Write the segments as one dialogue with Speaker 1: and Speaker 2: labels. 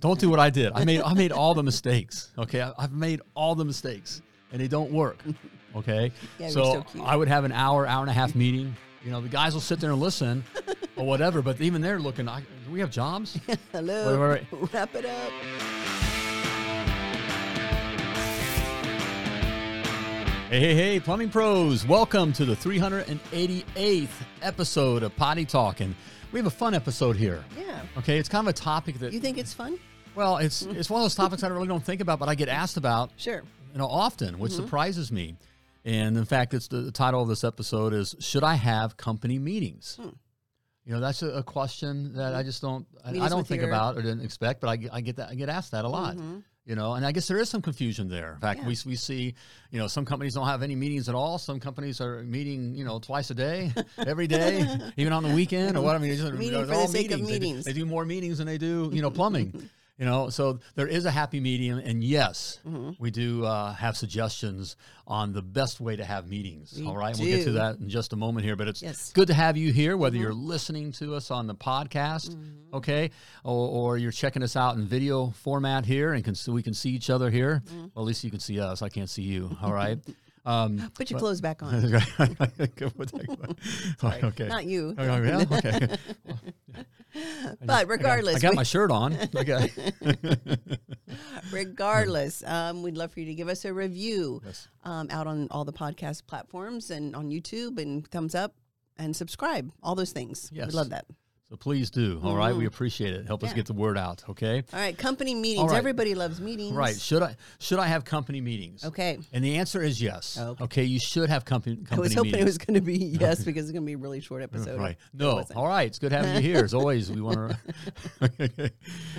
Speaker 1: Don't do what I did. I made I made all the mistakes. Okay, I, I've made all the mistakes, and they don't work. Okay,
Speaker 2: Yeah, you're
Speaker 1: so,
Speaker 2: so cute.
Speaker 1: I would have an hour, hour and a half meeting. You know, the guys will sit there and listen, or whatever. But even they're looking. I, do we have jobs?
Speaker 2: Hello.
Speaker 1: Wait,
Speaker 2: Wrap it up.
Speaker 1: Hey, hey, hey, plumbing pros, welcome to the 388th episode of Potty Talking. We have a fun episode here.
Speaker 2: Yeah.
Speaker 1: Okay, it's kind of a topic that,
Speaker 2: You think it's fun?
Speaker 1: well, it's it's one of those topics I really don't think about, but I get asked about
Speaker 2: Sure.
Speaker 1: you know, often,
Speaker 2: Mm-hmm.
Speaker 1: which surprises me. And in fact, it's the, the title of this episode is "Should I Have Company Meetings?"
Speaker 2: Hmm.
Speaker 1: You know, that's a, a question that I just don't, I, I
Speaker 2: Meetings
Speaker 1: don't
Speaker 2: with
Speaker 1: think
Speaker 2: your- Mm-hmm.
Speaker 1: about or didn't expect, but I, get- I get that, I get asked that a lot. You know, and I guess there is some confusion there. In fact,
Speaker 2: Yeah.
Speaker 1: we, s- we see, you know, some companies don't have any meetings at all. Some companies are meeting, you know, twice a day, every day, even on the weekend or what. I mean, it's just-
Speaker 2: Meeting
Speaker 1: they're
Speaker 2: for the
Speaker 1: all
Speaker 2: sake of
Speaker 1: meetings. They do-
Speaker 2: meetings.
Speaker 1: They do more meetings than they do, you know, plumbing. you know, so there is a happy medium, and yes,
Speaker 2: Mm-hmm.
Speaker 1: we do uh, have suggestions on the best way to have meetings.
Speaker 2: We
Speaker 1: all right, we'll get to
Speaker 2: do.
Speaker 1: that in just a moment here, but it's
Speaker 2: Yes. Mm-hmm.
Speaker 1: good to have you here, whether you're listening to us on the podcast, okay, or, or you're checking us out in video format here, and can so we can see each other here.
Speaker 2: Mm.
Speaker 1: Well, at least you can see us. I can't see you. All right. Um,
Speaker 2: Put your clothes back on.
Speaker 1: Sorry, okay.
Speaker 2: Not you.
Speaker 1: Oh, yeah, okay.
Speaker 2: But
Speaker 1: I
Speaker 2: regardless,
Speaker 1: got my shirt on. Okay.
Speaker 2: regardless, um, we'd love for you to give us a review
Speaker 1: Yes.
Speaker 2: um, out on all the podcast platforms and on YouTube and thumbs up and subscribe. All those things.
Speaker 1: Yes.
Speaker 2: We'd love that.
Speaker 1: So please do. All right. We appreciate it. Help us
Speaker 2: Mm-hmm. Yeah.
Speaker 1: get the word out. Okay.
Speaker 2: All right. Company meetings.
Speaker 1: right.
Speaker 2: Everybody loves meetings.
Speaker 1: Right. Should I should I have company meetings?
Speaker 2: Okay. Oh,
Speaker 1: And the answer is yes.
Speaker 2: Okay.
Speaker 1: you should have company company
Speaker 2: I was hoping
Speaker 1: meetings.
Speaker 2: it was going to be yes because it's going to be a really short episode.
Speaker 1: Right.
Speaker 2: It
Speaker 1: No.
Speaker 2: wasn't.
Speaker 1: All right. It's good having you here. As always, we want to.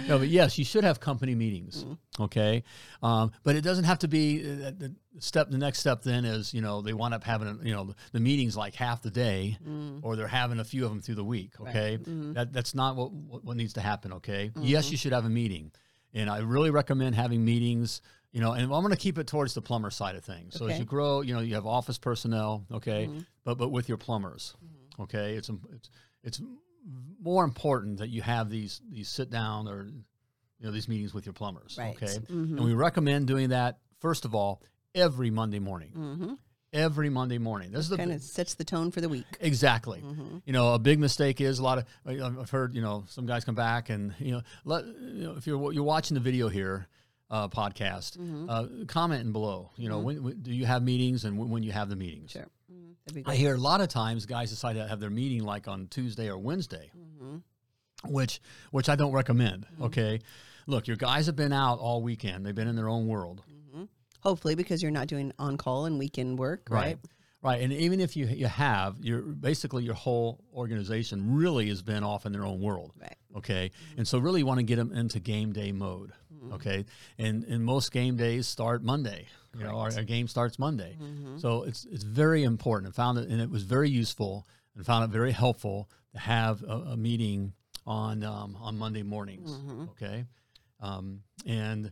Speaker 1: no, but yes, you should have company meetings.
Speaker 2: Mm-hmm.
Speaker 1: Okay. Um, but it doesn't have to be uh, the the step. The next step then is you know they wind up having a- you know the meetings like half the day,
Speaker 2: Mm.
Speaker 1: or they're having a few of them through the week. Okay.
Speaker 2: Mm-hmm.
Speaker 1: That that's not what what what needs to happen. Okay. Yes, you should have a meeting, and I really recommend having meetings. You know, and I'm going to keep it towards the plumber side of things. So as
Speaker 2: Okay.
Speaker 1: you grow, you know, you have office personnel, okay, but but with your plumbers, okay, it's im- it's it's more important that you have these these sit down or you know these meetings with your plumbers,
Speaker 2: Right.
Speaker 1: okay, and we recommend doing that first of all every Monday morning, every Monday morning. This is the
Speaker 2: Kind of sets the tone for the week.
Speaker 1: Exactly. You know, a big mistake is a lot of I- I've I've heard. You know, some guys come back and you know, let you know if you're you're watching the video here. Uh, podcast, uh, commenting below. You know, when, when do you have meetings and when, when you have the meetings?
Speaker 2: Sure. Mhm. That'd be
Speaker 1: I
Speaker 2: great.
Speaker 1: hear a lot of times guys decide to have their meeting like on Tuesday or Wednesday, which which I don't recommend. Okay, look, your guys have been out all weekend; they've been in their own world.
Speaker 2: Hopefully, because you're not doing on call and weekend work, right?
Speaker 1: Right. And even if you you have, your basically your whole organization really has been off in their own world.
Speaker 2: Right.
Speaker 1: Okay. And so really want to get them into game day mode.
Speaker 2: Mm-hmm.
Speaker 1: Okay. And and most game days start Monday. You know, our, our game starts Monday.
Speaker 2: Mm-hmm.
Speaker 1: So it's it's very important. I found it and it was very useful and found it very helpful to have a, a meeting on um, on Monday mornings.
Speaker 2: Mm-hmm.
Speaker 1: Okay. Um, and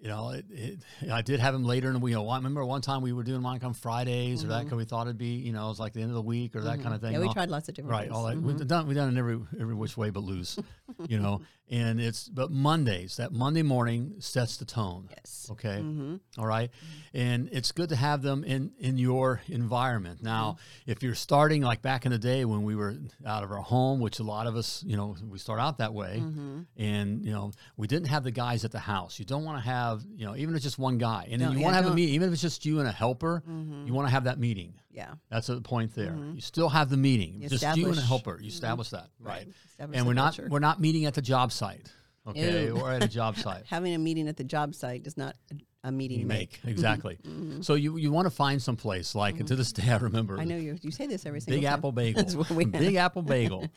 Speaker 1: you know, it, it, I did have him later in the week. You know, I remember one time we were doing Monica on Fridays or that because we thought it'd be, you know, it was like the end of the week or that kind of thing.
Speaker 2: Mm-hmm. Yeah, we
Speaker 1: All-
Speaker 2: tried lots of different
Speaker 1: Right,
Speaker 2: things.
Speaker 1: all that we've done we've done it every every which way but loose, you know. And it's but Mondays that Monday morning sets the tone.
Speaker 2: Yes. Mm-hmm.
Speaker 1: Okay. All right. And it's good to have them in in your environment. Now,
Speaker 2: Mm-hmm.
Speaker 1: if you're starting like back in the day when we were out of our home, which a lot of us, you know, we start out that way,
Speaker 2: Mm-hmm.
Speaker 1: and you know, we didn't have the guys at the house. You don't want to have, you know, even if it's just one guy, and then
Speaker 2: No, Mm-hmm.
Speaker 1: you
Speaker 2: yeah,
Speaker 1: want to have a
Speaker 2: don't-
Speaker 1: meeting, even if it's just you and a helper, you want to have that meeting.
Speaker 2: Yeah.
Speaker 1: That's the point there. You still have the meeting.
Speaker 2: You
Speaker 1: just you and a
Speaker 2: Mm-hmm. establish- Mm-hmm.
Speaker 1: helper. You establish that, right?
Speaker 2: Establish
Speaker 1: And
Speaker 2: the
Speaker 1: we're not
Speaker 2: culture.
Speaker 1: we're not meeting at the job site, okay,
Speaker 2: Ew.
Speaker 1: or at a job site.
Speaker 2: Having a meeting at the job site does not a- a meeting Mm-hmm.
Speaker 1: You
Speaker 2: make.
Speaker 1: make exactly. So you you want to find some place like to this day I remember
Speaker 2: Mm-hmm. I know you. You say this every single
Speaker 1: Big
Speaker 2: time.
Speaker 1: Apple Bagel,
Speaker 2: That's what we have.
Speaker 1: Big Apple Bagel.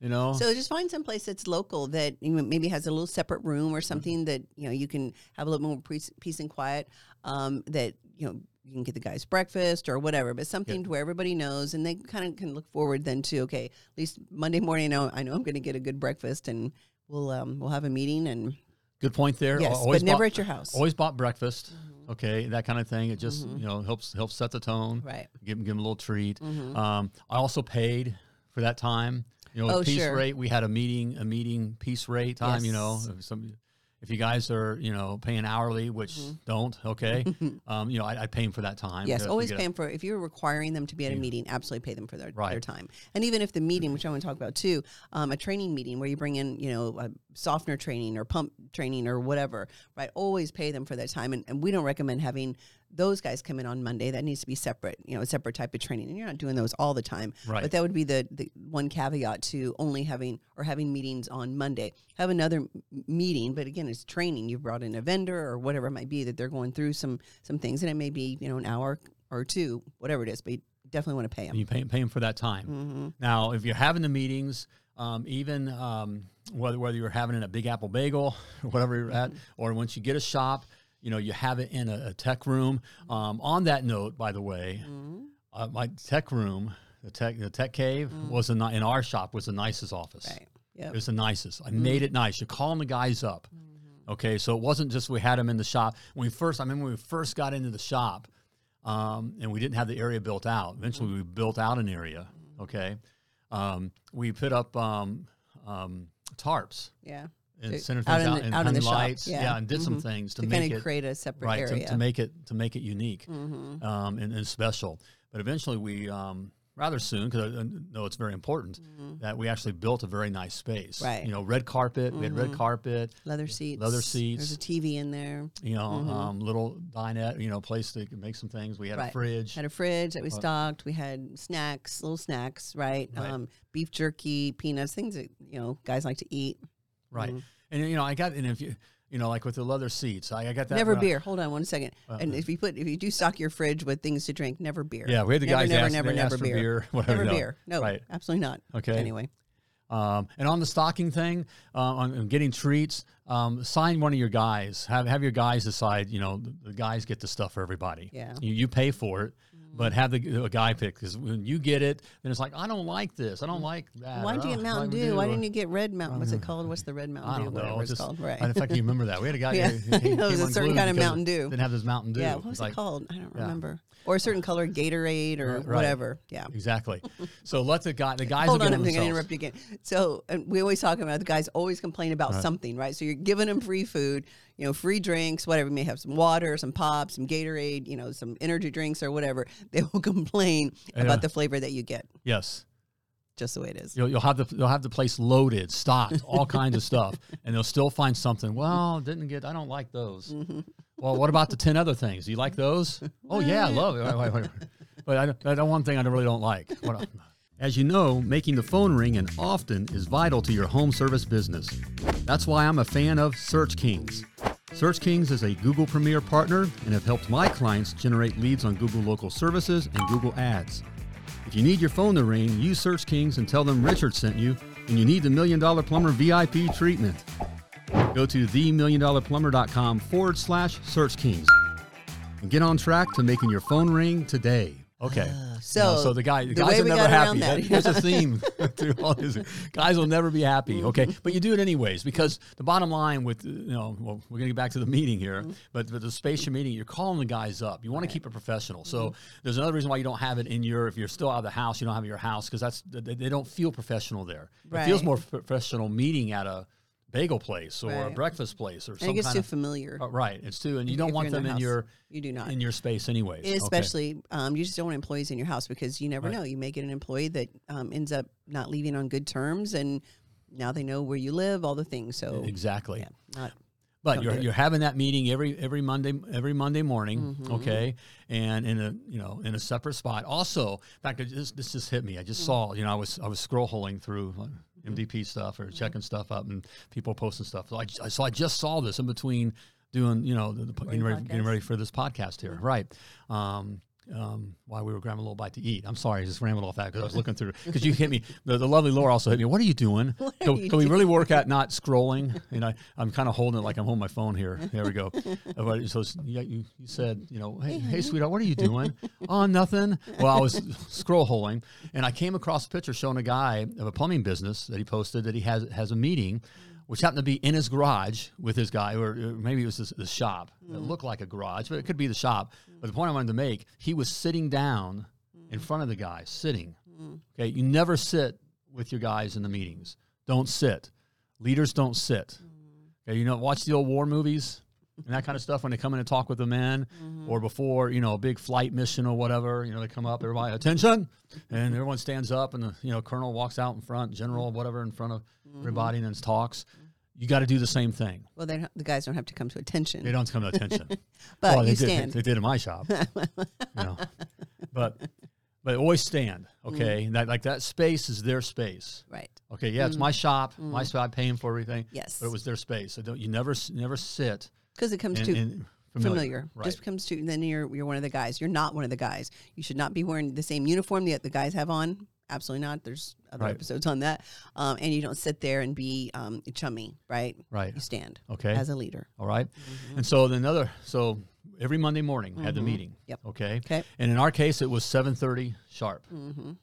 Speaker 1: You know,
Speaker 2: So just find some place that's local that you know, maybe has a little separate room
Speaker 1: Mm-hmm.
Speaker 2: or something that you know you can have a little more peace, peace and quiet. Um, that you know you can get the guys breakfast or whatever, but something to where everybody knows and they kind of can look forward then to okay, at least Monday morning. I know, I know I'm going to get a good breakfast and we'll um, we'll have a meeting and
Speaker 1: good point there.
Speaker 2: yes,
Speaker 1: Always
Speaker 2: but never Mm-hmm.
Speaker 1: bought-
Speaker 2: at your house.
Speaker 1: Always bought breakfast, okay, that kind of thing. It just
Speaker 2: Mm-hmm.
Speaker 1: you know helps helps set the tone.
Speaker 2: Right.
Speaker 1: Give them give 'em a little treat.
Speaker 2: Mm-hmm.
Speaker 1: Um, I also paid for that time. You know, with
Speaker 2: Oh,
Speaker 1: piece
Speaker 2: sure.
Speaker 1: rate. We had a meeting a meeting piece rate time. You know,
Speaker 2: Yes.
Speaker 1: if some. If you guys are, you know, paying hourly, which don't, okay, um, you know, I, I pay 'em for that time.
Speaker 2: Mm-hmm. Yes,
Speaker 1: to-
Speaker 2: always
Speaker 1: to get
Speaker 2: pay them for if you're requiring them to be at a meeting, absolutely pay them for their, their
Speaker 1: Right. Mm-hmm.
Speaker 2: time. And even if the meeting, which I want to talk about too, um, a training meeting where you bring in, you know, a softener training or pump training or whatever, right? Always pay them for their time. And, and we don't recommend having those guys come in on Monday. That needs to be separate, you know, a separate type of training. And you're not doing those all the time.
Speaker 1: Right.
Speaker 2: But that would be the, the one caveat to only having or having meetings on Monday. Have another m- meeting, but again, it's training. You've brought in a vendor or whatever it might be that they're going through some some things, and it may be you know an hour or two, whatever it is. But you definitely want to pay them.
Speaker 1: You pay, pay 'em for that time.
Speaker 2: Mm-hmm.
Speaker 1: Now, if you're having the meetings, um, even um, whether whether you're having it in a Big Apple Bagel, whatever you're
Speaker 2: Mm-hmm.
Speaker 1: at, or once you get a shop, you know you have it in a, a tech room.
Speaker 2: Mm-hmm.
Speaker 1: Um, on that note, by the way, uh, my tech room, the tech the tech cave was a ni- in our shop was the nicest office.
Speaker 2: Mm. Right. Mm-hmm. Yep.
Speaker 1: It was the nicest. I made it nice. You're calling the guys up.
Speaker 2: Mm-hmm.
Speaker 1: Okay, so it wasn't just we had them in the shop. When we first, I remember when we first got into the shop, um, and we didn't have the area built out.
Speaker 2: Mm-hmm.
Speaker 1: Eventually, we built out an area. Okay, um, we put up um, um, tarps
Speaker 2: Yeah.
Speaker 1: and
Speaker 2: To-
Speaker 1: centered
Speaker 2: out
Speaker 1: things
Speaker 2: in
Speaker 1: out,
Speaker 2: the-
Speaker 1: and
Speaker 2: out in
Speaker 1: hung
Speaker 2: the shop,
Speaker 1: lights.
Speaker 2: yeah. Mm-hmm.
Speaker 1: Yeah. and did some things to,
Speaker 2: To
Speaker 1: make
Speaker 2: kind of
Speaker 1: it
Speaker 2: create a separate
Speaker 1: right to,
Speaker 2: area. Mm-hmm.
Speaker 1: to make it to make it unique um, and, and special. But eventually, we um, rather soon because I know it's very important that we actually built a very nice space.
Speaker 2: Mm-hmm. Right. Mm-hmm.
Speaker 1: You know, red carpet. We had red carpet.
Speaker 2: leather seats.
Speaker 1: leather
Speaker 2: There's
Speaker 1: seats.
Speaker 2: a TV in there.
Speaker 1: You know,
Speaker 2: Mm-hmm.
Speaker 1: um, little dinette. You know, place that you could make some things. We had a
Speaker 2: Right.
Speaker 1: fridge.
Speaker 2: Had a fridge that we stocked. We had snacks, little snacks, right?
Speaker 1: Right.
Speaker 2: Um, beef jerky, peanuts, things that you know guys like to eat.
Speaker 1: right.
Speaker 2: Mm-hmm.
Speaker 1: And you know, I got and if you you know like with the leather seats, I, I got that
Speaker 2: never
Speaker 1: when I-
Speaker 2: beer. Hold on one second.
Speaker 1: Uh-uh.
Speaker 2: and if you put if you do stock your fridge with things to drink, never beer.
Speaker 1: Yeah, we had the
Speaker 2: never,
Speaker 1: guys
Speaker 2: never,
Speaker 1: ask-
Speaker 2: never,
Speaker 1: they
Speaker 2: never
Speaker 1: asked for
Speaker 2: beer.
Speaker 1: beer, whatever,
Speaker 2: never
Speaker 1: no.
Speaker 2: beer. No,
Speaker 1: Right.
Speaker 2: absolutely not.
Speaker 1: Okay.
Speaker 2: Anyway,
Speaker 1: Um, and on the stocking thing, uh, on, on getting treats, um, sign one of your guys. Have have your guys decide. You know, the, the guys get the stuff for everybody.
Speaker 2: Yeah. Mm-hmm.
Speaker 1: You, you pay for it, but have the a guy pick because when you get it, then it's like I don't like this. I don't like that. Oh,
Speaker 2: why
Speaker 1: I
Speaker 2: did you
Speaker 1: don't
Speaker 2: get Mountain
Speaker 1: like
Speaker 2: Dew? Why
Speaker 1: Dew.
Speaker 2: didn't you get Red Mountain? What's it called? What's the Red Mountain
Speaker 1: Mm. I
Speaker 2: Dew?
Speaker 1: don't
Speaker 2: Whatever
Speaker 1: know.
Speaker 2: it's
Speaker 1: Just,
Speaker 2: called,
Speaker 1: I- In
Speaker 2: right?
Speaker 1: fact, you remember that we had a guy.
Speaker 2: Yeah.
Speaker 1: who- who came
Speaker 2: It was a
Speaker 1: on
Speaker 2: certain
Speaker 1: glue
Speaker 2: kind of
Speaker 1: because
Speaker 2: Mountain Dew.
Speaker 1: Didn't have this Mountain Dew.
Speaker 2: Yeah, what was
Speaker 1: It's
Speaker 2: it
Speaker 1: like-
Speaker 2: called? I don't remember. Or a certain color Gatorade or
Speaker 1: Right, right.
Speaker 2: whatever. Yeah.
Speaker 1: Exactly. So let the guy. The guys.
Speaker 2: Hold
Speaker 1: will
Speaker 2: on,
Speaker 1: get
Speaker 2: I'm going to
Speaker 1: themselves.
Speaker 2: interrupt you again. So and we always talk about the guys always complain about something, right? So you're giving them free food, you know, free drinks, whatever. You may have some water, some pop, some Gatorade, you know, some energy drinks or whatever. They will complain
Speaker 1: Yeah.
Speaker 2: about the flavor that you get,
Speaker 1: Yes.
Speaker 2: just the way it is.
Speaker 1: You'll, you'll have the you'll have the place loaded, stocked, all kinds of stuff, and they'll still find something. Well, didn't get. I don't like those. Well, what about the ten other things? Do you like those? Oh yeah, I love it. Wait, wait, wait. But I don't, that's one thing I really don't like. What I- as you know, making the phone ring and often is vital to your home service business. That's why I'm a fan of Search Kings. Search Kings is a Google Premier partner and have helped my clients generate leads on Google Local Services and Google Ads. If you need your phone to ring, use Search Kings and tell them Richard sent you, and you need the Million Dollar Plumber VIP treatment. Go to themilliondollarplumber.com forward slash Search Kings and get on track to making your phone ring today. Okay.
Speaker 2: Ah, so
Speaker 1: so the guy, the,
Speaker 2: the
Speaker 1: guys
Speaker 2: way
Speaker 1: are
Speaker 2: we
Speaker 1: never
Speaker 2: got around
Speaker 1: happy.
Speaker 2: that-
Speaker 1: There's a theme through all this. Guys will never be
Speaker 2: Mm-hmm.
Speaker 1: happy. Okay, but you do it anyways because the bottom line with you know, well, we're gonna get back to the meeting here,
Speaker 2: Mm-hmm.
Speaker 1: but but the space you're meeting, you're calling the guys up. You want to keep it professional. So
Speaker 2: Mm-hmm.
Speaker 1: there's another reason why you don't have it in your if you're still out of the house, you don't have it in your house because that's they, they don't feel professional there. It feels
Speaker 2: Right.
Speaker 1: more professional meeting at a bagel place or a
Speaker 2: Right.
Speaker 1: breakfast place or
Speaker 2: and it
Speaker 1: some
Speaker 2: gets
Speaker 1: kind
Speaker 2: too
Speaker 1: of
Speaker 2: familiar,
Speaker 1: uh, right. It's too, and you
Speaker 2: if
Speaker 1: don't
Speaker 2: you're
Speaker 1: want
Speaker 2: in their
Speaker 1: them in
Speaker 2: house.
Speaker 1: your
Speaker 2: You do not.
Speaker 1: in your space anyways. Okay.
Speaker 2: Especially, um, you just don't want employees in your house because you never
Speaker 1: Right.
Speaker 2: know. You may get an employee that um, ends up not leaving on good terms, and now they know where you live, all the things. So,
Speaker 1: exactly.
Speaker 2: yeah, not
Speaker 1: But
Speaker 2: Don't
Speaker 1: you're,
Speaker 2: do it.
Speaker 1: you're having that meeting every every Monday every Monday morning, okay, and in a you know in a separate spot. Also, in fact, it just, this just hit me. I just saw you know I was I was scrolling through uh, like, MDP stuff or checking stuff up and people posting stuff. So I, ju- so I just saw this in between doing you know the, the, getting, ready, getting
Speaker 2: podcast.
Speaker 1: ready for this podcast here, right? Um, um, why we were grabbing a little bite to eat. I'm sorry, I just rambled off that because I was looking through because you hit me. The, the lovely Laura also hit me. What are you doing? can,
Speaker 2: you
Speaker 1: can we really work at not scrolling? And I, I'm kind of holding it like I'm holding my phone here. There we go. Uh, but So it's- you, you you said, you know, hey, hey, sweetheart, what are you doing? oh, nothing. Well, I was scroll holing and I came across a picture showing a guy of a plumbing business that he posted that he has, has a meeting, which happened to be in his garage with his guy, or or maybe it was this, the shop. It looked like a garage, but it could be the shop. But the point I wanted to make, he was sitting down in front of the guy, sitting. Okay, you never sit with your guys in the meetings. Don't sit. Leaders don't sit. Okay, you know, watch the old war movies and that kind of stuff when they come in and talk with the men
Speaker 2: Mm-hmm.
Speaker 1: or before, you know, a big flight mission or whatever, you know, they come up, everybody, attention. And everyone stands up and the, you know, colonel walks out in front,
Speaker 2: Mm-hmm.
Speaker 1: general, whatever, in front of everybody and then talks. You got to do the same thing.
Speaker 2: Well, then the guys don't have to come to attention,
Speaker 1: They don't come to attention.
Speaker 2: but
Speaker 1: well,
Speaker 2: you
Speaker 1: they
Speaker 2: stand.
Speaker 1: Did, they did in my shop. you know. But but always stand,
Speaker 2: Mm.
Speaker 1: okay? That like that space is their space.
Speaker 2: right.
Speaker 1: Okay, yeah, it's my shop. My spot paying for everything.
Speaker 2: Mm. Yes.
Speaker 1: But it was their space. So don't you never s- never sit
Speaker 2: Because it comes
Speaker 1: and,
Speaker 2: to
Speaker 1: and
Speaker 2: familiar.
Speaker 1: Right.
Speaker 2: Just becomes to then you're you're one of the guys. You're not one of the guys. You should not be wearing the same uniform that the guys have on. Absolutely not. There's other
Speaker 1: Right.
Speaker 2: episodes on that. Um, and you don't sit there and be um, chummy, right?
Speaker 1: right.
Speaker 2: You stand
Speaker 1: Okay.
Speaker 2: as a Mm-hmm. leader.
Speaker 1: All right? And so then another so every Monday morning we had the meeting.
Speaker 2: Mm-hmm. Yep.
Speaker 1: Okay.
Speaker 2: Okay. Mm-hmm.
Speaker 1: And in our case it was seven thirty sharp.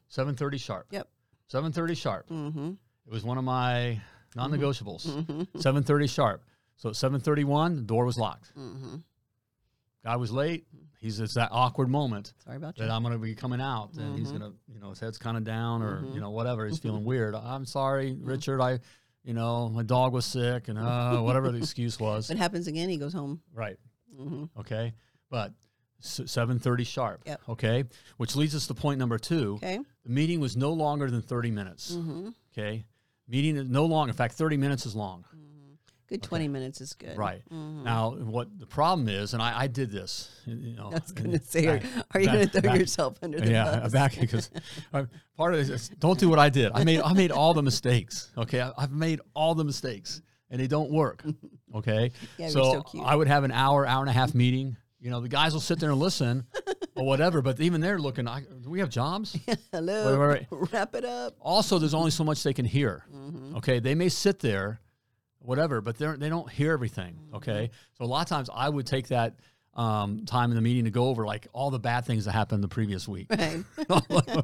Speaker 1: Seven thirty sharp.
Speaker 2: Yep.
Speaker 1: Seven thirty sharp.
Speaker 2: Mm-hmm.
Speaker 1: It was one of my non-negotiables. thirty sharp. So at seven thirty-one, the door was locked.
Speaker 2: Mm-hmm.
Speaker 1: Guy was late. He's it's that awkward moment
Speaker 2: Sorry about you.
Speaker 1: that I'm going to be coming out, and he's
Speaker 2: Mm-hmm.
Speaker 1: going to, you know, his head's kind of down or you know whatever. He's feeling weird. I'm sorry,
Speaker 2: Mm-hmm.
Speaker 1: Richard. I, you know, my dog was sick, and uh, whatever the excuse was.
Speaker 2: If it happens again, he goes home.
Speaker 1: Right.
Speaker 2: Mm-hmm.
Speaker 1: Okay. But seven thirty sharp.
Speaker 2: Yep.
Speaker 1: Okay. Which leads us to point number two.
Speaker 2: Okay.
Speaker 1: The meeting was no longer than thirty minutes.
Speaker 2: Mm-hmm.
Speaker 1: Okay. Meeting is no long. In fact, thirty minutes is long.
Speaker 2: Mm-hmm. Good twenty minutes is good.
Speaker 1: Right.
Speaker 2: Mhm.
Speaker 1: Now, what the problem is, and I, I did this, you know.
Speaker 2: I was
Speaker 1: and
Speaker 2: gonna say, are,
Speaker 1: back-
Speaker 2: are you
Speaker 1: back-
Speaker 2: gonna throw
Speaker 1: back-
Speaker 2: yourself under the
Speaker 1: yeah,
Speaker 2: bus?
Speaker 1: back because uh, part of it is don't do what I did. I made I made all the mistakes. Okay, I, I've made all the mistakes, and they don't work. Okay,
Speaker 2: Yeah, you're
Speaker 1: so,
Speaker 2: so cute.
Speaker 1: I would have an hour, hour and a half meeting. You know, the guys will sit there and listen or whatever, but even they're looking. I, do we have jobs?
Speaker 2: Hello.
Speaker 1: Wait,
Speaker 2: Wrap it up.
Speaker 1: also there's only so much they can hear
Speaker 2: Mm-hmm.
Speaker 1: okay they may sit there whatever but they're they don't hear everything
Speaker 2: Mm-hmm.
Speaker 1: okay so a lot of times i would take that um, time in the meeting to go over like all the bad things that happened the previous week
Speaker 2: Right.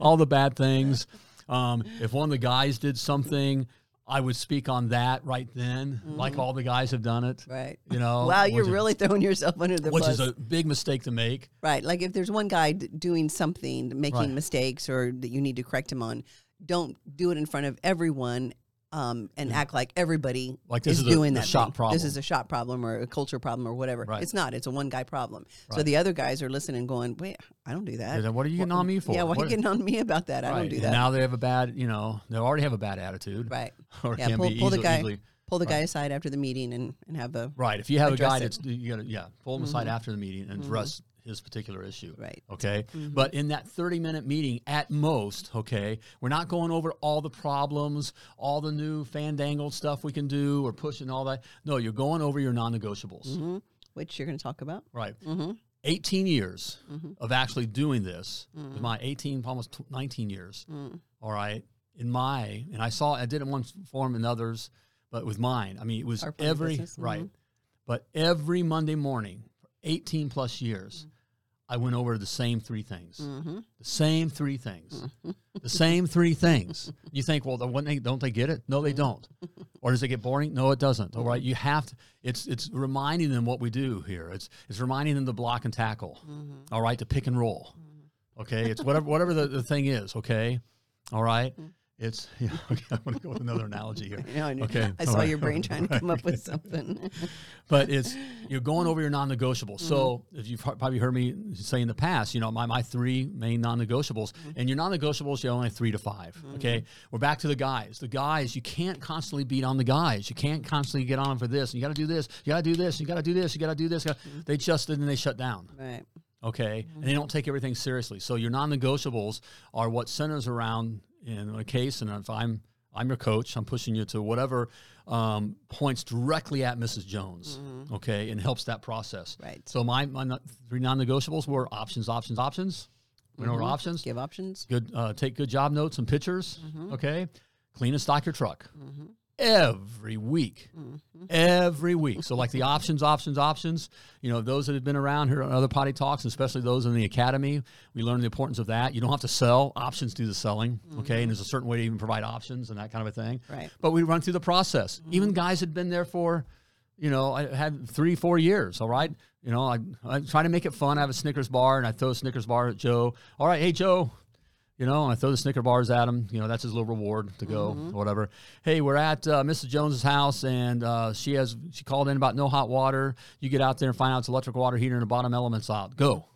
Speaker 1: all the bad things um, if one of the guys did something i would speak on that right then like all the guys have done it
Speaker 2: Mm. Right.
Speaker 1: you know
Speaker 2: Wow, you're
Speaker 1: which Um, is-
Speaker 2: really throwing yourself under the
Speaker 1: which
Speaker 2: bus.
Speaker 1: is a big mistake to make
Speaker 2: Right. Like if there's one guy d- doing something, making
Speaker 1: Right.
Speaker 2: mistakes, or that you need to correct him on, don't do it in front of everyone um, and act like everybody
Speaker 1: Like this
Speaker 2: is,
Speaker 1: is a-
Speaker 2: doing
Speaker 1: a
Speaker 2: that.
Speaker 1: shop
Speaker 2: thing.
Speaker 1: problem.
Speaker 2: This is a shop problem or a culture problem or whatever.
Speaker 1: Right.
Speaker 2: It's not. It's a one guy problem. So
Speaker 1: Right.
Speaker 2: the other guys are listening, going, "Wait, I don't do that.
Speaker 1: Yeah, what are you getting on me for?
Speaker 2: Uh, Yeah, why are
Speaker 1: What-
Speaker 2: you getting on me about that? I don't
Speaker 1: Right.
Speaker 2: do
Speaker 1: And
Speaker 2: that.
Speaker 1: now they have a bad you know they already have a bad attitude
Speaker 2: right.
Speaker 1: or
Speaker 2: Yeah.
Speaker 1: can
Speaker 2: Pull,
Speaker 1: be
Speaker 2: pull the
Speaker 1: easily-
Speaker 2: guy.
Speaker 1: easily-
Speaker 2: Pull the guy aside after the meeting and and have a
Speaker 1: Right. If you have a
Speaker 2: Address
Speaker 1: guy
Speaker 2: it. Mm-hmm.
Speaker 1: that's you gotta yeah, pull him aside after the meeting and address his particular issue.
Speaker 2: right.
Speaker 1: Okay.
Speaker 2: Mm-hmm.
Speaker 1: But in that 30 minute meeting at most, okay, we're not going over all the problems, all the new fandangled stuff we can do or pushing all that. No, you're going over your non negotiables.
Speaker 2: Mhm. Which you're going to talk about.
Speaker 1: Right.
Speaker 2: Mm-hmm.
Speaker 1: 18 years
Speaker 2: Mhm.
Speaker 1: of actually doing this,
Speaker 2: Mm-hmm.
Speaker 1: my 18, almost tw- 19 years. All right. In my, and I saw, I did it in one form and others, but with mine, I mean, it was
Speaker 2: Our family
Speaker 1: every,
Speaker 2: business,
Speaker 1: right.
Speaker 2: mhm.
Speaker 1: But every Monday morning for 18 plus years, I went over the same three things,
Speaker 2: Mm-hmm.
Speaker 1: the same three things, the same three things. You think, well, don't they, don't they get it? No, they don't. Or does it get boring? No, it doesn't. All right. You have to, it's, it's reminding them what we do here. It's, it's reminding them to block and tackle. All right. To pick and roll. Okay. It's whatever, whatever the, the thing is. Okay. All right. It's, yeah, okay, I'm going to go with another analogy here.
Speaker 2: I know, I know.
Speaker 1: Okay,
Speaker 2: I
Speaker 1: all
Speaker 2: saw
Speaker 1: right,
Speaker 2: your
Speaker 1: all
Speaker 2: brain
Speaker 1: right,
Speaker 2: trying to come up with something.
Speaker 1: but it's you're going over your non-negotiables. So if you've pro- probably heard me say in the past, you know my, my three main non-negotiables, and your non-negotiables you only have three to 5 Okay, we're back to the guys. The guys you can't constantly beat on the guys. You can't constantly get on them for this. And you got to do this. You got to do this. You got to do this. You got to do this. you gotta-" They just did and they shut down.
Speaker 2: right.
Speaker 1: Okay, and they don't take everything seriously. So your non-negotiables are what centers around in a case. And if I'm I'm your coach, I'm pushing you to whatever um, points directly at Mrs. Jones. Okay, and helps that process.
Speaker 2: Right.
Speaker 1: So my, my no- three non-negotiables were options, options, options. We know what options.
Speaker 2: Give options.
Speaker 1: Good. Uh, take good job notes and pictures. Okay. Clean and stock your truck. Every week, every week. So, like the options, options, options. You know, those that have been around here on other potty talks, and especially those in the academy, we learn the importance of that. You don't have to sell; options do the selling. Okay, and there's a certain way to even provide options and that kind of a thing.
Speaker 2: Right.
Speaker 1: But we run through the process. Even guys had been there for, you know, I had three, four years. All right. You know, I, I try to make it fun. I have a Snickers bar and I throw a Snickers bar at Joe. All right. Hey, Joe, You know, I throw the Snicker bars at him. You know, that's his little reward to go, or whatever. Hey, we're at uh, Mrs. Jones's house, and uh, she has she called in about no hot water. You get out there and find out it's electric water heater and the bottom elements out. Go.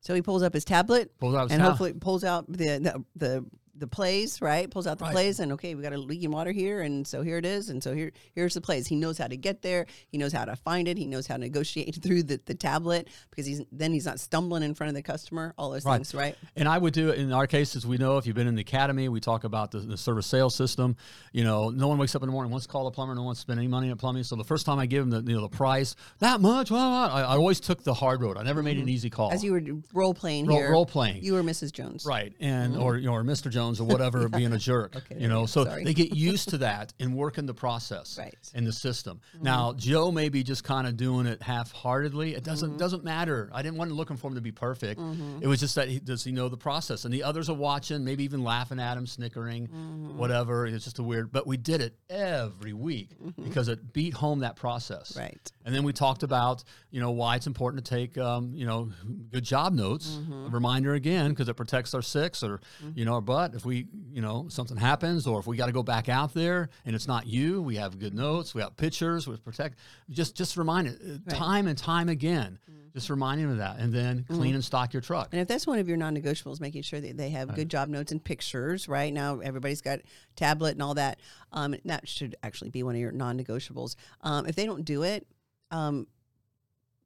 Speaker 2: So he pulls up his tablet
Speaker 1: Pulls out his
Speaker 2: and
Speaker 1: tab-
Speaker 2: hopefully pulls out the, the the the plays, right? Pulls out the
Speaker 1: Right.
Speaker 2: plays and okay, we got a leaking water here and so here it is and so here here's the plays. He knows how to get there, he knows how to find it, he knows how to negotiate through the, the tablet because he's then he's not stumbling in front of the customer, all those
Speaker 1: Right.
Speaker 2: things, right?
Speaker 1: And I would do it in our cases. We know if you've been in the academy, we talk about the, the service sales system. You know, no one wakes up in the morning and wants to call a plumber. No one wants to spend any money on plumbing. So the first time I give them the you know the price that much, wah, wah, I, I always took the hard road. I never made an easy call.
Speaker 2: As you were role playing
Speaker 1: Role-
Speaker 2: here.
Speaker 1: role-playing.
Speaker 2: You were Mrs. Jones. Mm.
Speaker 1: Right, and or you know, or Mr. Jones or whatever being a jerk, you know. So
Speaker 2: Sorry.
Speaker 1: they get used to that and working the process
Speaker 2: Right. Mm-hmm.
Speaker 1: and the system. Now Joe may be just kind of doing it half-heartedly. It doesn't
Speaker 2: Mm-hmm.
Speaker 1: doesn't matter. I didn't want to looking for him to be perfect. It was just that he, does he know the process? And the others are watching, maybe even laughing at him, snickering,
Speaker 2: Mm-hmm.
Speaker 1: whatever. It's just a weird. But we did it every week because it beat home that process.
Speaker 2: Mm-hmm. Right.
Speaker 1: And then we talked about, you know, why it's important to take, um, you know, good job notes. A reminder again, because it protects our six or, you know, our butt. If we, you know, something happens or if we got to go back out there and it's not you, we have good notes. We have pictures. We protect. Just, just remind it uh, time and time again. Just remind him of that, and then clean and stock your truck.
Speaker 2: And if that's one of your non-negotiables, making sure that they have good job notes and pictures, right? Now everybody's got tablet and all that. Um, that should actually be one of your non-negotiables. Um, if they don't do it, um,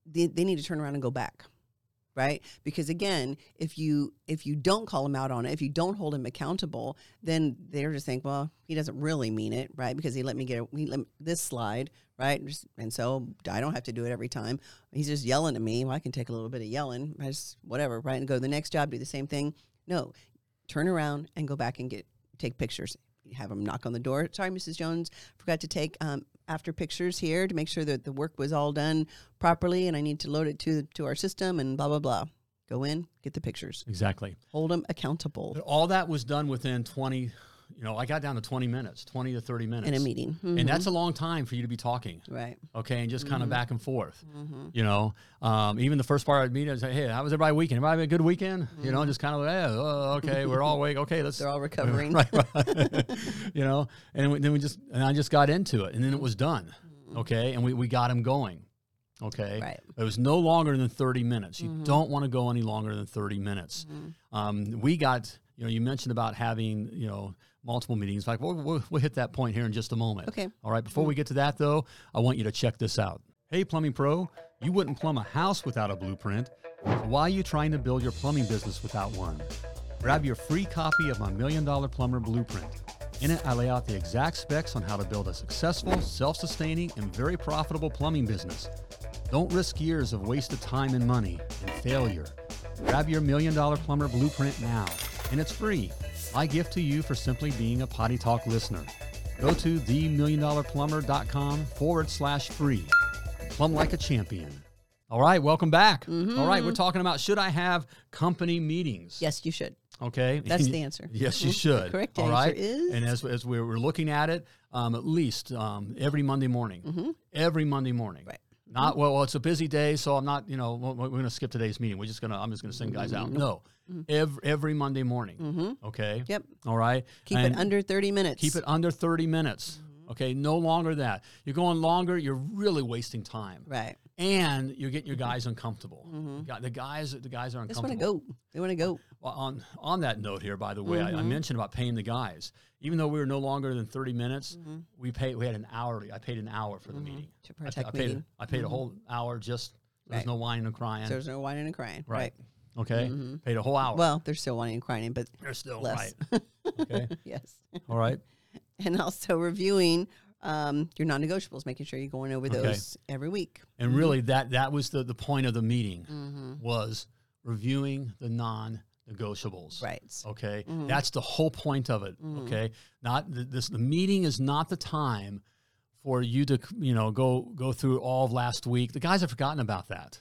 Speaker 2: they, they need to turn around and go back, right? Because again, if you if you don't call them out on it, if you don't hold them accountable, then they're just think, well, he doesn't really mean it, right? Because he let me get a, he let me- this slide, right? Just- And so I don't have to do it every time. He's just yelling at me. Well, I can take a little bit of yelling, I just whatever, right? And go to the next job, do the same thing. No, turn around and go back and get take pictures. Have them knock on the door. Sorry, Mrs. Jones, forgot to take um, after pictures here to make sure that the work was all done properly, and I need to load it to to our system and blah blah blah. Go in, get the pictures,
Speaker 1: Exactly.
Speaker 2: hold them accountable
Speaker 1: But all that was done within twenty. You know, I got down to twenty minutes, twenty to thirty minutes,
Speaker 2: in a meeting. Mhm.
Speaker 1: and that's a long time for you to be talking.
Speaker 2: right.
Speaker 1: okay, and just kind
Speaker 2: Mm-hmm.
Speaker 1: of back and forth. You know, um, even the first part I'd meet, I'd say, hey, how was everybody weekend? Everybody have a good weekend? You know, just kind of like, "Yeah, oh, okay, we're all awake. Okay, let's.
Speaker 2: Mm-hmm. They're all recovering.
Speaker 1: right, right. you know, and we, then we just, and I just got into it, and then it was done. Okay, and we, we got him going. Okay,
Speaker 2: Mm-hmm. Right. Mm-hmm.
Speaker 1: it was no longer than 30 minutes. You don't want to go any longer than 30 minutes. Um, we got, you know, you mentioned about having, you know, multiple meetings. Like, we'll, we'll, we'll hit that point here in just a moment.
Speaker 2: Okay.
Speaker 1: All right. Before we get to that, though, I want you to check this out. Hey, Plumbing Pro, you wouldn't plumb a house without a blueprint. Why are you trying to build your plumbing business without one? Grab your free copy of my Million Dollar Plumber Blueprint. In it, I lay out the exact specs on how to build a successful, self sustaining, and very profitable plumbing business. Don't risk years of wasted time and money and failure. Grab your Million Dollar Plumber Blueprint now, and it's free. My gift to you for simply being a Potty Talk listener. Go to themilliondollarplumber.com forward slash free. Plum like a champion. All right, welcome back. All right, we're talking about should I have company meetings?
Speaker 2: Yes, you should.
Speaker 1: Okay.
Speaker 2: That's the answer.
Speaker 1: Yes, you should.
Speaker 2: correct
Speaker 1: All
Speaker 2: answer
Speaker 1: right?
Speaker 2: is-
Speaker 1: And as, as we were looking at it, um, at least um, every Monday morning. Every Monday morning.
Speaker 2: Mm-hmm. Right. Mm-hmm.
Speaker 1: Not, well, well, it's a busy day, so I'm not, you know, we're, we're going to skip today's meeting. We're just going to, I'm just going to send guys out. No. Every, every Monday morning. Okay.
Speaker 2: Mm-hmm. Yep.
Speaker 1: All right.
Speaker 2: Keep
Speaker 1: And
Speaker 2: it under Mm-hmm. thirty minutes.
Speaker 1: Keep it under 30 minutes. Okay. No longer that. You're going longer, you're really wasting time.
Speaker 2: right. Mm-hmm.
Speaker 1: And you're getting your guys uncomfortable. Got- The guys, the guys are
Speaker 2: They just want
Speaker 1: uncomfortable.
Speaker 2: to go. They want to go.
Speaker 1: Well, on on that note here, by the way,
Speaker 2: Mm-hmm.
Speaker 1: I, I mentioned about paying the guys. Even though we were no longer than thirty minutes,
Speaker 2: Mm-hmm.
Speaker 1: we paid. We had an hourly. I paid an hour for the meeting. I
Speaker 2: To
Speaker 1: pa- I,
Speaker 2: protect
Speaker 1: paid.
Speaker 2: meeting. Mm-hmm.
Speaker 1: I paid a whole hour. Just there's
Speaker 2: Right.
Speaker 1: no whining and crying.
Speaker 2: So there's no whining and crying.
Speaker 1: right. Okay. Paid a whole hour.
Speaker 2: Well, there's still whining and crying, but
Speaker 1: They're still
Speaker 2: less.
Speaker 1: right. Okay.
Speaker 2: yes.
Speaker 1: All right.
Speaker 2: and also reviewing um, your non-negotiables, making sure you're going over
Speaker 1: Okay.
Speaker 2: those every week.
Speaker 1: And really, that that was the the point of the meeting
Speaker 2: Mm-hmm.
Speaker 1: was reviewing the non-negotiables.
Speaker 2: Right.
Speaker 1: Okay,
Speaker 2: Mm-hmm.
Speaker 1: that's the whole point of it. Okay, not th- this. The meeting is not the time for you to you know go go through all of last week. The guys have forgotten about that.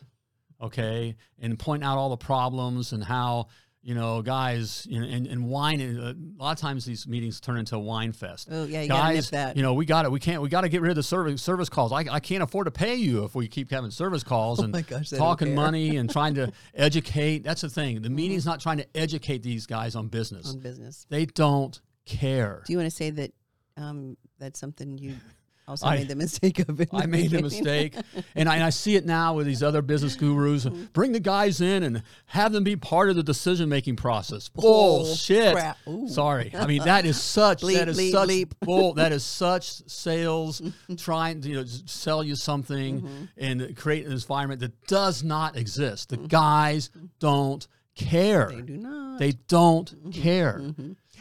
Speaker 1: Okay, and point out all the problems and how you know, guys, you know, and, and wine. uh, A lot of times these meetings turn into a wine fest.
Speaker 2: Oh, yeah, you gotta nip
Speaker 1: guys,
Speaker 2: that.
Speaker 1: you know, we got it. We can't. We got to get rid of the service service calls. I, I can't afford to pay you if we keep having service calls and
Speaker 2: my gosh, they don't
Speaker 1: talking
Speaker 2: care. Mm-hmm.
Speaker 1: money and trying to educate. That's the thing. The meeting's not trying to educate these guys on business.
Speaker 2: on business.
Speaker 1: They don't care.
Speaker 2: Um, Do you want to say that um, that's something you also
Speaker 1: I-
Speaker 2: made the mistake of? in
Speaker 1: I made the
Speaker 2: beginning?
Speaker 1: mistake, and I, and I see it now with these other business gurus.
Speaker 2: Mm-hmm.
Speaker 1: Bring the guys in and have them be part of the decision making process.
Speaker 2: Bull
Speaker 1: Bullshit.
Speaker 2: Oh, crap. Ooh.
Speaker 1: Sorry, I mean that is such
Speaker 2: Bleep,
Speaker 1: that is
Speaker 2: bleep,
Speaker 1: such
Speaker 2: bleep. Mm-hmm.
Speaker 1: bull. That is such sales trying to you know s- sell you something and create an environment that does not exist. The guys don't care.
Speaker 2: Mm-hmm. They do not.
Speaker 1: They don't care. In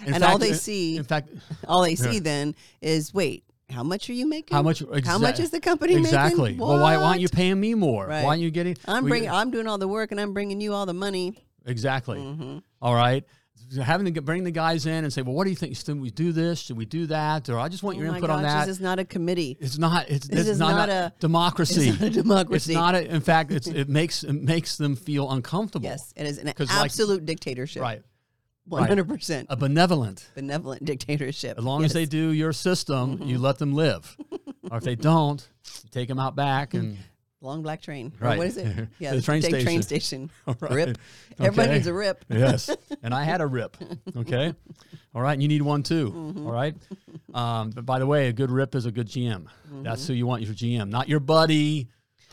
Speaker 2: Mm-hmm. And all they
Speaker 1: in-
Speaker 2: see-
Speaker 1: in fact,
Speaker 2: All they see then is wait, how much are you making?
Speaker 1: how much?
Speaker 2: How much
Speaker 1: exact-
Speaker 2: is the company
Speaker 1: exactly?
Speaker 2: making?
Speaker 1: Well, why, why aren't
Speaker 2: What?
Speaker 1: you paying me more?
Speaker 2: Right.
Speaker 1: Why aren't you getting?
Speaker 2: I'm
Speaker 1: we-
Speaker 2: bringing. I'm doing all the work, and I'm bringing you all the money.
Speaker 1: Exactly.
Speaker 2: Mm-hmm.
Speaker 1: All right. So having to get- bring the guys in and say, well, what do you think? Should we do this? Should we do that? Or I just want your
Speaker 2: oh my
Speaker 1: input
Speaker 2: gosh,
Speaker 1: on that.
Speaker 2: This is not a committee.
Speaker 1: it's not. It's,
Speaker 2: this
Speaker 1: it's
Speaker 2: is
Speaker 1: not,
Speaker 2: not
Speaker 1: a
Speaker 2: a-
Speaker 1: democracy.
Speaker 2: It's not a democracy.
Speaker 1: It's not a- in fact, it's, it makes it makes them feel uncomfortable.
Speaker 2: Yes, it is an
Speaker 1: 'Cause like-
Speaker 2: absolute dictatorship.
Speaker 1: Right.
Speaker 2: one hundred percent
Speaker 1: A benevolent.
Speaker 2: benevolent dictatorship.
Speaker 1: As long as they do your system, you
Speaker 2: Mm-hmm.
Speaker 1: let them live. or if they don't, take them out back
Speaker 2: Mm-hmm.
Speaker 1: and
Speaker 2: long black train. Or
Speaker 1: Right.
Speaker 2: what is it? Yeah,
Speaker 1: The train
Speaker 2: state train station. Rip. Everybody
Speaker 1: Okay.
Speaker 2: needs a rip.
Speaker 1: yes. And I had a rip. Okay. All right. And you need one too.
Speaker 2: Mm-hmm.
Speaker 1: All right. Um, but by the way, a good rip is a good GM.
Speaker 2: Mm-hmm.
Speaker 1: That's who you want your GM, not your buddy.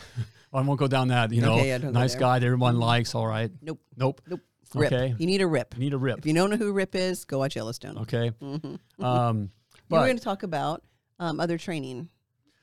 Speaker 1: I won't go down that, you know,
Speaker 2: Okay, yeah, don't go
Speaker 1: nice
Speaker 2: there.
Speaker 1: guy that everyone likes. All right.
Speaker 2: Nope.
Speaker 1: Nope.
Speaker 2: Nope. Rip.
Speaker 1: Okay.
Speaker 2: You need a rip.
Speaker 1: You need a rip.
Speaker 2: If you Mm-hmm. don't know who Rip is, go watch Yellowstone.
Speaker 1: Okay. Um,
Speaker 2: We We're
Speaker 1: but
Speaker 2: going to talk about um, other training.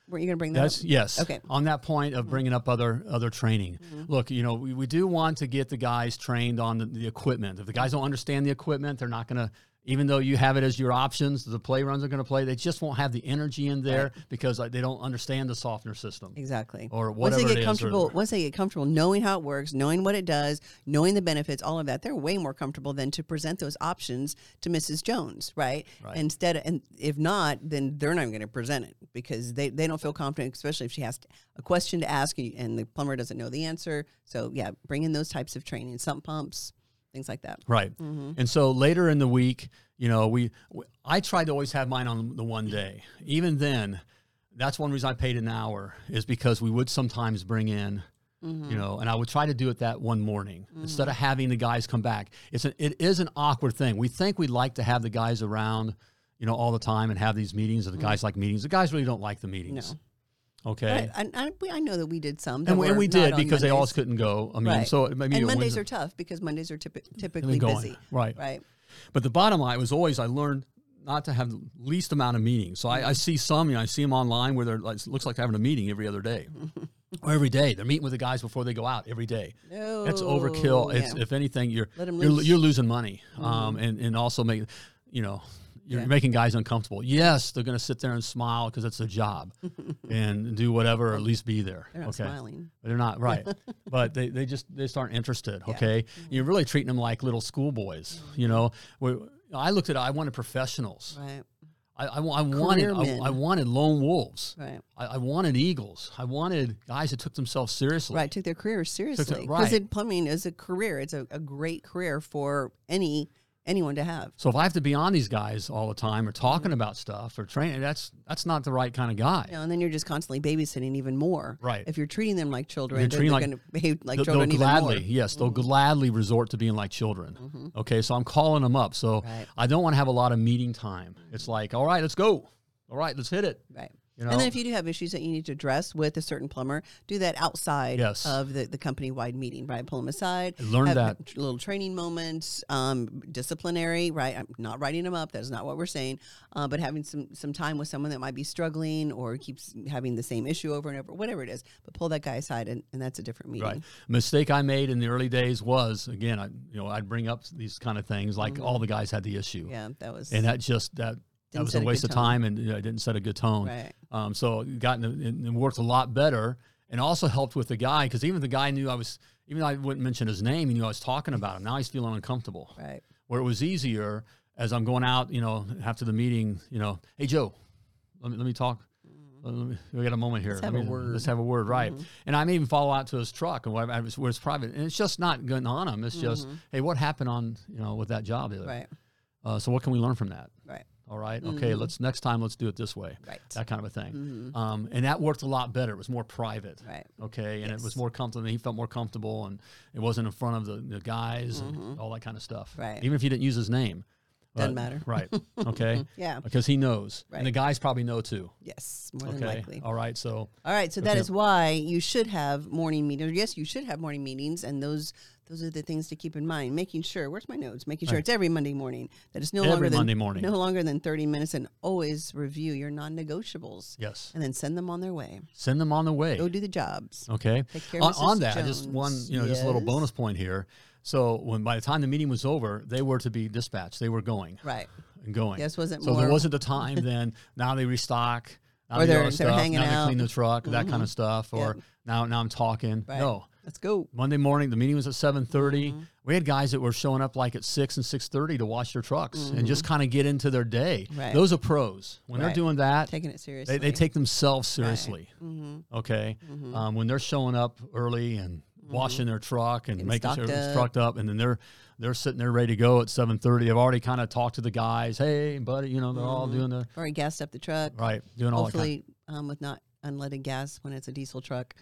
Speaker 2: Weren't you going to bring that?
Speaker 1: That's
Speaker 2: up?
Speaker 1: yes.
Speaker 2: Okay. Mm-hmm.
Speaker 1: On that point of bringing up other other training, look, you know, we, we do want to get the guys trained on the, the equipment. If the guys don't understand the equipment, they're not going to. Even though you have it as your options, the play runs are going to play. They just won't have the energy in there because like, they don't understand the softener system.
Speaker 2: Exactly.
Speaker 1: Or
Speaker 2: once
Speaker 1: whatever
Speaker 2: they
Speaker 1: it
Speaker 2: get
Speaker 1: is, or-
Speaker 2: comfortable, once they get comfortable knowing how it works, knowing what it does, knowing the benefits, all of that, they're way more comfortable than to present those options to Mrs. Jones, right?
Speaker 1: Right.
Speaker 2: Instead, and if not, then they're not even going to present it because they, they don't feel confident, especially if she has a question to ask and, and the plumber doesn't know the answer. So yeah, bring in those types of training, sump pumps, things like that.
Speaker 1: Right.
Speaker 2: Mm-hmm.
Speaker 1: And so later in the week, you know, we, w I I tried to always have mine on the one day. Even then, that's one reason I paid an hour is because we would sometimes bring in,
Speaker 2: Mm-hmm.
Speaker 1: you know, and I would try to do it that one morning
Speaker 2: Mm.
Speaker 1: instead of having the guys come back. It's an, it is an awkward thing. We think we'd like to have the guys around, you know, all the time and have these meetings. Or
Speaker 2: Mm.
Speaker 1: the guys like meetings. The guys really don't like the meetings. Okay.
Speaker 2: I, I, I, we- I know that we did some, that
Speaker 1: and, we, and
Speaker 2: were
Speaker 1: we
Speaker 2: not
Speaker 1: did
Speaker 2: on
Speaker 1: because they
Speaker 2: Mondays.
Speaker 1: always couldn't go. I mean,
Speaker 2: Right.
Speaker 1: so maybe
Speaker 2: and Mondays are tough because Mondays are typi- typically
Speaker 1: going.
Speaker 2: busy.
Speaker 1: Right.
Speaker 2: Right.
Speaker 1: But the bottom line was always I learned not to have the least amount of meetings. So I, I see some, you know, I see them online where they're like, it looks like they're having a meeting every other day or every day. They're meeting with the guys before they go out every day. That's overkill.
Speaker 2: No,
Speaker 1: It's,
Speaker 2: Oh, yeah.
Speaker 1: if anything, you're
Speaker 2: Let 'em
Speaker 1: you're,
Speaker 2: loose. Mm-hmm.
Speaker 1: you're losing money, um, and and also make, you know, you're
Speaker 2: Yeah.
Speaker 1: making guys uncomfortable. Yes, they're going to sit there and smile because it's a job, and do whatever, or at least be there.
Speaker 2: They're not smiling.
Speaker 1: They're not right, but they, they just they just aren't interested. Okay,
Speaker 2: Mm-hmm.
Speaker 1: you're really treating them like little schoolboys. You know, Where- I looked at I wanted professionals.
Speaker 2: Right.
Speaker 1: I, I, wa- I wanted I,
Speaker 2: Careermen.
Speaker 1: I wanted lone wolves.
Speaker 2: Right.
Speaker 1: I, I wanted eagles. I wanted guys that took themselves seriously.
Speaker 2: Right. Took their careers seriously because
Speaker 1: right.
Speaker 2: it, plumbing is a career. It's a, a great career for any anyone to have.
Speaker 1: So if I have to be on these guys all the time or talking
Speaker 2: Mm-hmm.
Speaker 1: about stuff or training, that's that's not the right kind of guy.
Speaker 2: You know, and then you're just constantly babysitting even more.
Speaker 1: Right.
Speaker 2: If you're treating them like children,
Speaker 1: You're
Speaker 2: then
Speaker 1: treating
Speaker 2: they're
Speaker 1: like-
Speaker 2: going to behave like
Speaker 1: They'll-
Speaker 2: children
Speaker 1: they'll
Speaker 2: even
Speaker 1: gladly,
Speaker 2: more. Mm-hmm.
Speaker 1: yes, they'll gladly resort to being like children. Okay, so I'm calling them up. So
Speaker 2: Right.
Speaker 1: I don't want to have a lot of meeting time. It's like, all right, let's go. All right, let's hit it.
Speaker 2: Right.
Speaker 1: You
Speaker 2: and
Speaker 1: know?
Speaker 2: then if you do have issues that you need to address with a certain plumber, do that outside
Speaker 1: Yes.
Speaker 2: of the, the company wide meeting, right? Pull them aside.
Speaker 1: learned
Speaker 2: have
Speaker 1: that.
Speaker 2: tr- little training moments, um, disciplinary, right? I'm not writing them up. That's not what we're saying. Uh, but having some some time with someone that might be struggling or keeps having the same issue over and over, whatever it is. But pull that guy aside, and, and that's a different meeting.
Speaker 1: Right. Mistake I made in the early days was again, I you know, I'd bring up these kind of things like
Speaker 2: Mm-hmm.
Speaker 1: all the guys had the issue.
Speaker 2: Yeah, that was.
Speaker 1: And that just that that
Speaker 2: Didn't
Speaker 1: was a
Speaker 2: set a
Speaker 1: waste
Speaker 2: good
Speaker 1: of time and you know, I didn't set a good tone.
Speaker 2: Right.
Speaker 1: Um, so it got in, and and worked a lot better and also helped with the guy because even the guy knew I was even though I wouldn't mention his name, he knew I was talking about him. Now he's feeling uncomfortable.
Speaker 2: right.
Speaker 1: where it was easier as I'm going out, you know, after the meeting, you know, hey Joe, let me let me talk. Let me- we got a moment here.
Speaker 2: Mm-hmm.
Speaker 1: Let
Speaker 2: Let's have a Mm-hmm.
Speaker 1: me-
Speaker 3: word.
Speaker 1: Let's have a word, right? And I may even follow out to his truck and where, I was- where it's private, and it's just not good on him. It's just, hey, what happened on you know with that job? the other-
Speaker 2: Mm-hmm. Right.
Speaker 1: Uh, so what can we learn from that?
Speaker 2: Right.
Speaker 1: All right. Okay. Let's next time. Let's do it this way.
Speaker 2: Right. Mm-hmm.
Speaker 1: That kind of a thing. Um, and that worked a lot better. It was more private.
Speaker 2: Right.
Speaker 1: Okay. And it was
Speaker 2: Yes.
Speaker 1: more comfortable. He felt more comfortable, and it wasn't in front of the, the guys and all that kind of stuff.
Speaker 2: Mm-hmm. Right.
Speaker 1: Even if you didn't use his name.
Speaker 2: Doesn't
Speaker 1: But-
Speaker 2: matter.
Speaker 1: Right. Okay.
Speaker 2: Yeah.
Speaker 1: Because he knows, and the
Speaker 2: Right.
Speaker 1: guys probably know too.
Speaker 2: Yes, more
Speaker 1: Okay.
Speaker 2: than likely.
Speaker 1: All right. So.
Speaker 2: All right, so that
Speaker 1: Okay.
Speaker 2: is why you should have morning meetings. Yes, you should have morning meetings, and those those are the things to keep in mind. Making sure, where's my notes? Making sure it's every Monday morning. That it's no
Speaker 1: Every
Speaker 2: longer than
Speaker 1: Monday morning.
Speaker 2: no longer than thirty minutes, and always review your non-negotiables,
Speaker 1: Yes.
Speaker 2: and then send them on their way.
Speaker 1: Send them on the way.
Speaker 2: Go do the jobs.
Speaker 1: Okay.
Speaker 2: Take care of
Speaker 1: On,
Speaker 2: Mrs.
Speaker 1: on that, just
Speaker 2: Jones.
Speaker 1: one, you know, just a little
Speaker 2: Yes.
Speaker 1: bonus point here. So when by the time the meeting was over, they were to be dispatched. They were going
Speaker 2: Right.
Speaker 1: and going.
Speaker 2: Yes, wasn't
Speaker 1: so
Speaker 2: more-
Speaker 1: there wasn't the time then. Now they restock. Now
Speaker 2: Or
Speaker 1: they do
Speaker 2: they're-
Speaker 1: all
Speaker 2: they're
Speaker 1: this stuff, now
Speaker 2: hanging out. Mm-hmm.
Speaker 1: They clean the truck, that kind of stuff. Or
Speaker 2: Yep.
Speaker 1: now, now I'm talking.
Speaker 2: Right. Mm-hmm.
Speaker 1: No.
Speaker 2: Let's go.
Speaker 1: Monday morning, the meeting was at seven We had guys that were showing up like at six and six thirty to wash their trucks and just kind of get into their day.
Speaker 2: Mm-hmm. Right.
Speaker 1: Those are pros when
Speaker 2: Right.
Speaker 1: they're doing that.
Speaker 2: Taking it seriously. Mm-hmm.
Speaker 1: They, they take themselves seriously. Okay. Um, when they're showing up early and washing their truck and
Speaker 2: Getting
Speaker 1: making sure
Speaker 2: stocked
Speaker 1: it's
Speaker 2: up.
Speaker 1: trucked up and then they're they're sitting there ready to go at 7.30 they've already kind of talked to the guys hey buddy you know they're all doing the
Speaker 2: Already gassed up the truck.
Speaker 1: right doing all that kind
Speaker 2: Mm-hmm. Hopefully, um, with not unleaded gas when it's a diesel truck.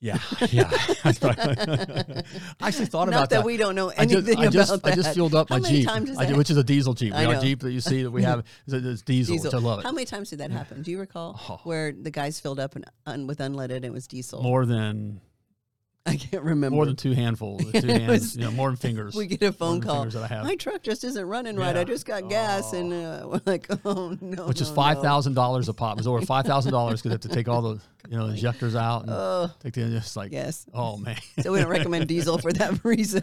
Speaker 1: yeah yeah That's right. i actually thought
Speaker 2: Not
Speaker 1: about
Speaker 2: that we don't know
Speaker 1: I just,
Speaker 2: anything
Speaker 1: I just,
Speaker 2: about
Speaker 1: I just
Speaker 2: that.
Speaker 1: fueled up
Speaker 2: How
Speaker 1: my
Speaker 2: many
Speaker 1: Jeep,
Speaker 2: times does
Speaker 1: I did-
Speaker 2: that
Speaker 1: which is a diesel Jeep.
Speaker 2: I
Speaker 1: We- Our
Speaker 2: know.
Speaker 1: Jeep that you see that we have is is diesel,
Speaker 2: Diesel.
Speaker 1: which I love it.
Speaker 2: How many times did that happen? Do you recall
Speaker 1: Oh.
Speaker 2: where the guys filled up and un, with unleaded and it was diesel?
Speaker 1: More than
Speaker 2: I can't remember.
Speaker 1: more than two handfuls, two
Speaker 2: It
Speaker 1: hands,
Speaker 2: was-
Speaker 1: you know, more than fingers.
Speaker 2: we get a phone
Speaker 1: than
Speaker 2: call.
Speaker 1: fingers that I have.
Speaker 2: My truck just isn't running right. I
Speaker 1: Yeah.
Speaker 2: just got gas, and uh, we're like, oh no.
Speaker 1: which is
Speaker 2: no,
Speaker 1: five
Speaker 2: no."
Speaker 1: thousand dollars a pop. It was over five thousand dollars because they have to take all the you know injectors out and
Speaker 2: uh,
Speaker 1: take the just like
Speaker 2: Oh, Yes.
Speaker 1: oh man.
Speaker 2: So we don't recommend diesel for that reason.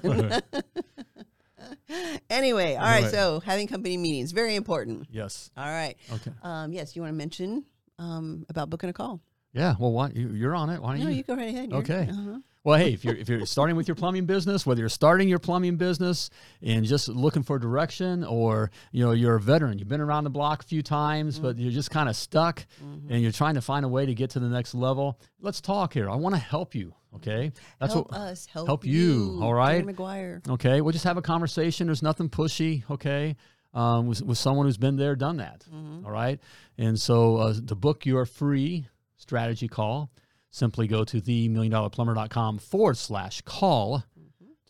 Speaker 2: anyway, all right.
Speaker 1: Anyway.
Speaker 2: So having company meetings very important.
Speaker 1: yes.
Speaker 2: All right.
Speaker 1: Okay.
Speaker 2: Um, yes, you want to mention um, about booking a call?
Speaker 1: Yeah. Well, why you, you're on it? Why don't
Speaker 2: No,
Speaker 1: you?
Speaker 2: you go right ahead. You're-
Speaker 1: Okay.
Speaker 2: uh-huh.
Speaker 1: Well, hey, if you're if you're starting with your plumbing business, whether you're starting your plumbing business and just looking for direction, or you know you're a veteran, you've been around the block a few times, but
Speaker 2: Mm.
Speaker 1: you're just kind of stuck,
Speaker 2: Mm-hmm.
Speaker 1: and you're trying to find a way to get to the next level. Let's talk here. I want to help you. Okay, that's
Speaker 2: help
Speaker 1: what
Speaker 2: us. Help,
Speaker 1: help you, all right?
Speaker 2: Jerry McGuire.
Speaker 1: Okay, we'll just have a conversation. There's nothing pushy. Okay, um, with, with someone who's been there, done that.
Speaker 2: Mm-hmm.
Speaker 1: all right, and so uh, to book your free strategy call, simply go to themilliondollarplumber.com forward slash call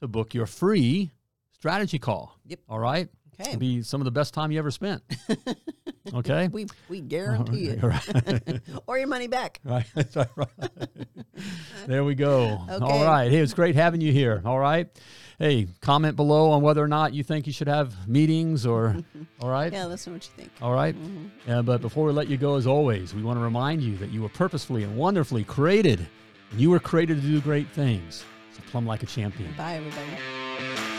Speaker 1: to book your free strategy call.
Speaker 2: Mm-hmm. Yep.
Speaker 1: All right.
Speaker 2: Okay.
Speaker 1: It'll be some of the best time you ever spent. okay.
Speaker 2: We we guarantee it, or your money back.
Speaker 1: Right. That's right. there we go.
Speaker 2: Okay.
Speaker 1: All right. Hey, it's great having you here. All right. Hey, comment below on whether or not you think you should have meetings or, all right.
Speaker 2: Yeah, Mm-hmm. listen what you think.
Speaker 1: All right? Uh, but before we let you go, as always, we want to remind you that you were purposefully and wonderfully created. And you were created to do great things. So plumb like a champion.
Speaker 2: Bye, everybody.